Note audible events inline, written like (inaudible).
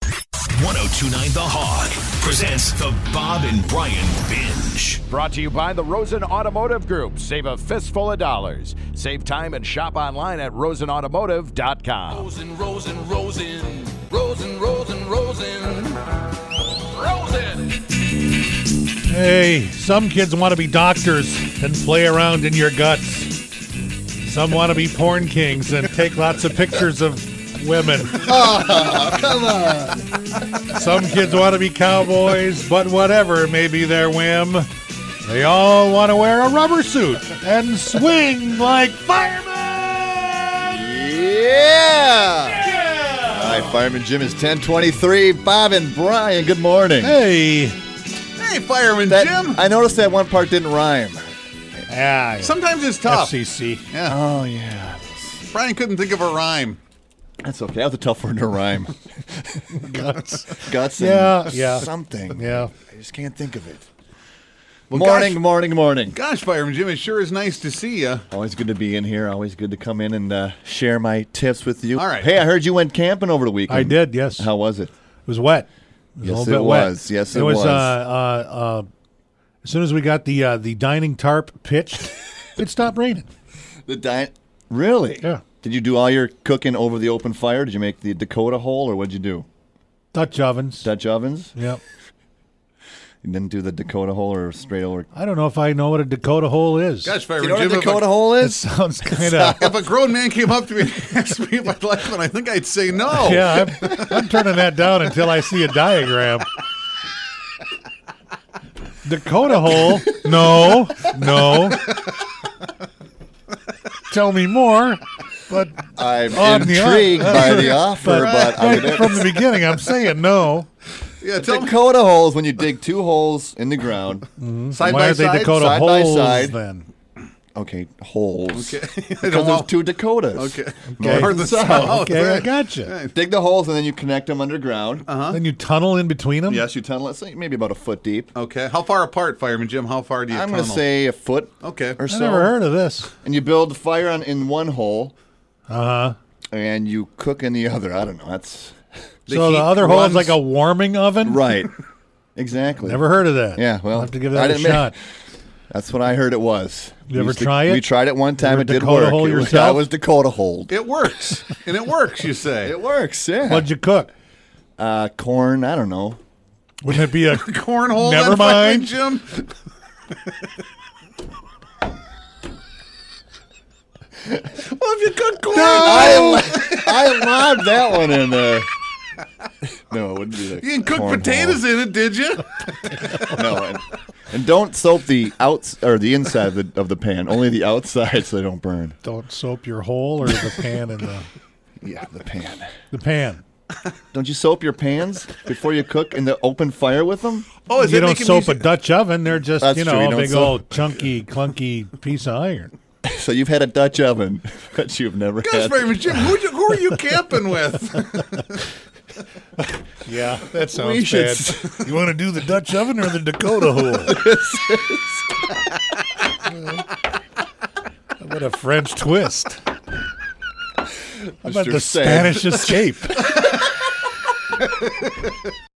1029 The Hog presents the Bob and Brian Binge. Brought to you by the Rosen Automotive Group. Save a fistful of dollars. Save time and shop online at rosenautomotive.com. Rosen, Rosen, Rosen, Rosen, Rosen, Rosen, Rosen. Hey, some kids want to be doctors and play around in your guts. Some want to be porn kings and take lots of pictures of women. Some kids want to be cowboys, but whatever may be their whim, they all want to wear a rubber suit and swing like firemen. Yeah! All right, Fireman Jim is 1023. Bob and Brian, good morning. Hey, Hey, Fireman That- Jim. I noticed that one part didn't rhyme. ah, Sometimes it's tough. FCC. Yeah. Oh, yeah. Brian couldn't think of a rhyme. That's okay. That was a tough one to rhyme. (laughs) Guts. Guts and Yeah, yeah. something. Yeah. I just can't think of it. gosh. morning, morning, morning. Gosh, Fireman Jim, it sure is nice to see you. Always good to be in here. Always good to come in and uh, share my tips with you. All right. Hey, I heard you went camping over the weekend. I did, yes. How was It it? was wet. It was Yes, a little it bit wet. was. Yes, it it was. was. Uh, uh, uh, as soon as we got the uh, the dining tarp (laughs) pitched, it stopped raining. The diet. Really? Yeah. Did you do all your cooking over the open fire? Did you make the Dakota hole, or what'd you do? Dutch ovens. Dutch ovens? Yep. You didn't do the Dakota hole or straight over I don't know if I know what a Dakota hole is. Gosh, Do Fireman you know what a Jim. if a- Dakota hole (laughs) That is? sounds kind of. If a grown man came up to me and (laughs) asked me if I'd like one, I think I'd say no. (laughs) Yeah, I'm, I'm turning that down until I see a diagram. Dakota hole? No, (laughs) no. Tell me more, but I'm On Oh, the intrigued off- (laughs) by the offer, but I right would from the beginning, I'm saying no. (laughs) Yeah, tell me. Dakota holes when you dig two holes in (laughs) the ground. Side Mm-hmm. Why by are they side? Dakota (laughs) side by holes side. then? Okay, holes. Okay. (laughs) I Because don't there's want- two Dakotas. (laughs) Okay. Okay. North and So, south. okay, I Right. gotcha. Dig the holes and then you connect them underground. Uh-huh. Then you tunnel in between them. Yes, you tunnel it, say maybe about a foot deep. Okay. How far apart, Fireman Jim? How far do you I'm Uh, tunnel? going to say a foot Okay. or I so. never heard of this. And you build fire on in one hole. Uh-huh. And you cook in the other. I don't know. That's so the heat other hole is runs- like a warming oven. (laughs) right. exactly. Never heard of that. Yeah, well, I'll have to give I that a didn't make- (laughs) shot. That's what I heard it was. You We ever used to- try it? We tried it one time. ever It did Dakota work. hole It was- yourself? I was Dakota hole. It works. and (laughs) it works, you say. It works. Yeah. What'd you cook? Uh, corn. I don't know. Wouldn't it be a (laughs) Cornhole. Never then, Fireman mind. Jim. (laughs) well, if you cook corn. I, lo- (laughs) I lobbed that one in there. No, it wouldn't be that. You didn't cook potatoes in it, did you? No, and, and don't soak the outs or the inside of the, of the pan. Only the outside, so they don't burn. don't soap your hole or the pan in the Yeah, the pan. the pan. Don't you soap your pans before you cook in the open fire with them? (laughs) Oh, is you it don't making soap me- a Dutch oven. They're just That's you true, know you a don't big soap- old chunky clunky piece of iron. So you've had a Dutch oven, (laughs) but you've never Gosh, had. Raymond Jim, who, you- who are you camping with? Yeah, that sounds We should (laughs) you want to do the Dutch oven or the Dakota (laughs) hole? what a French twist! How about Mr. the (laughs) Sad. Spanish escape?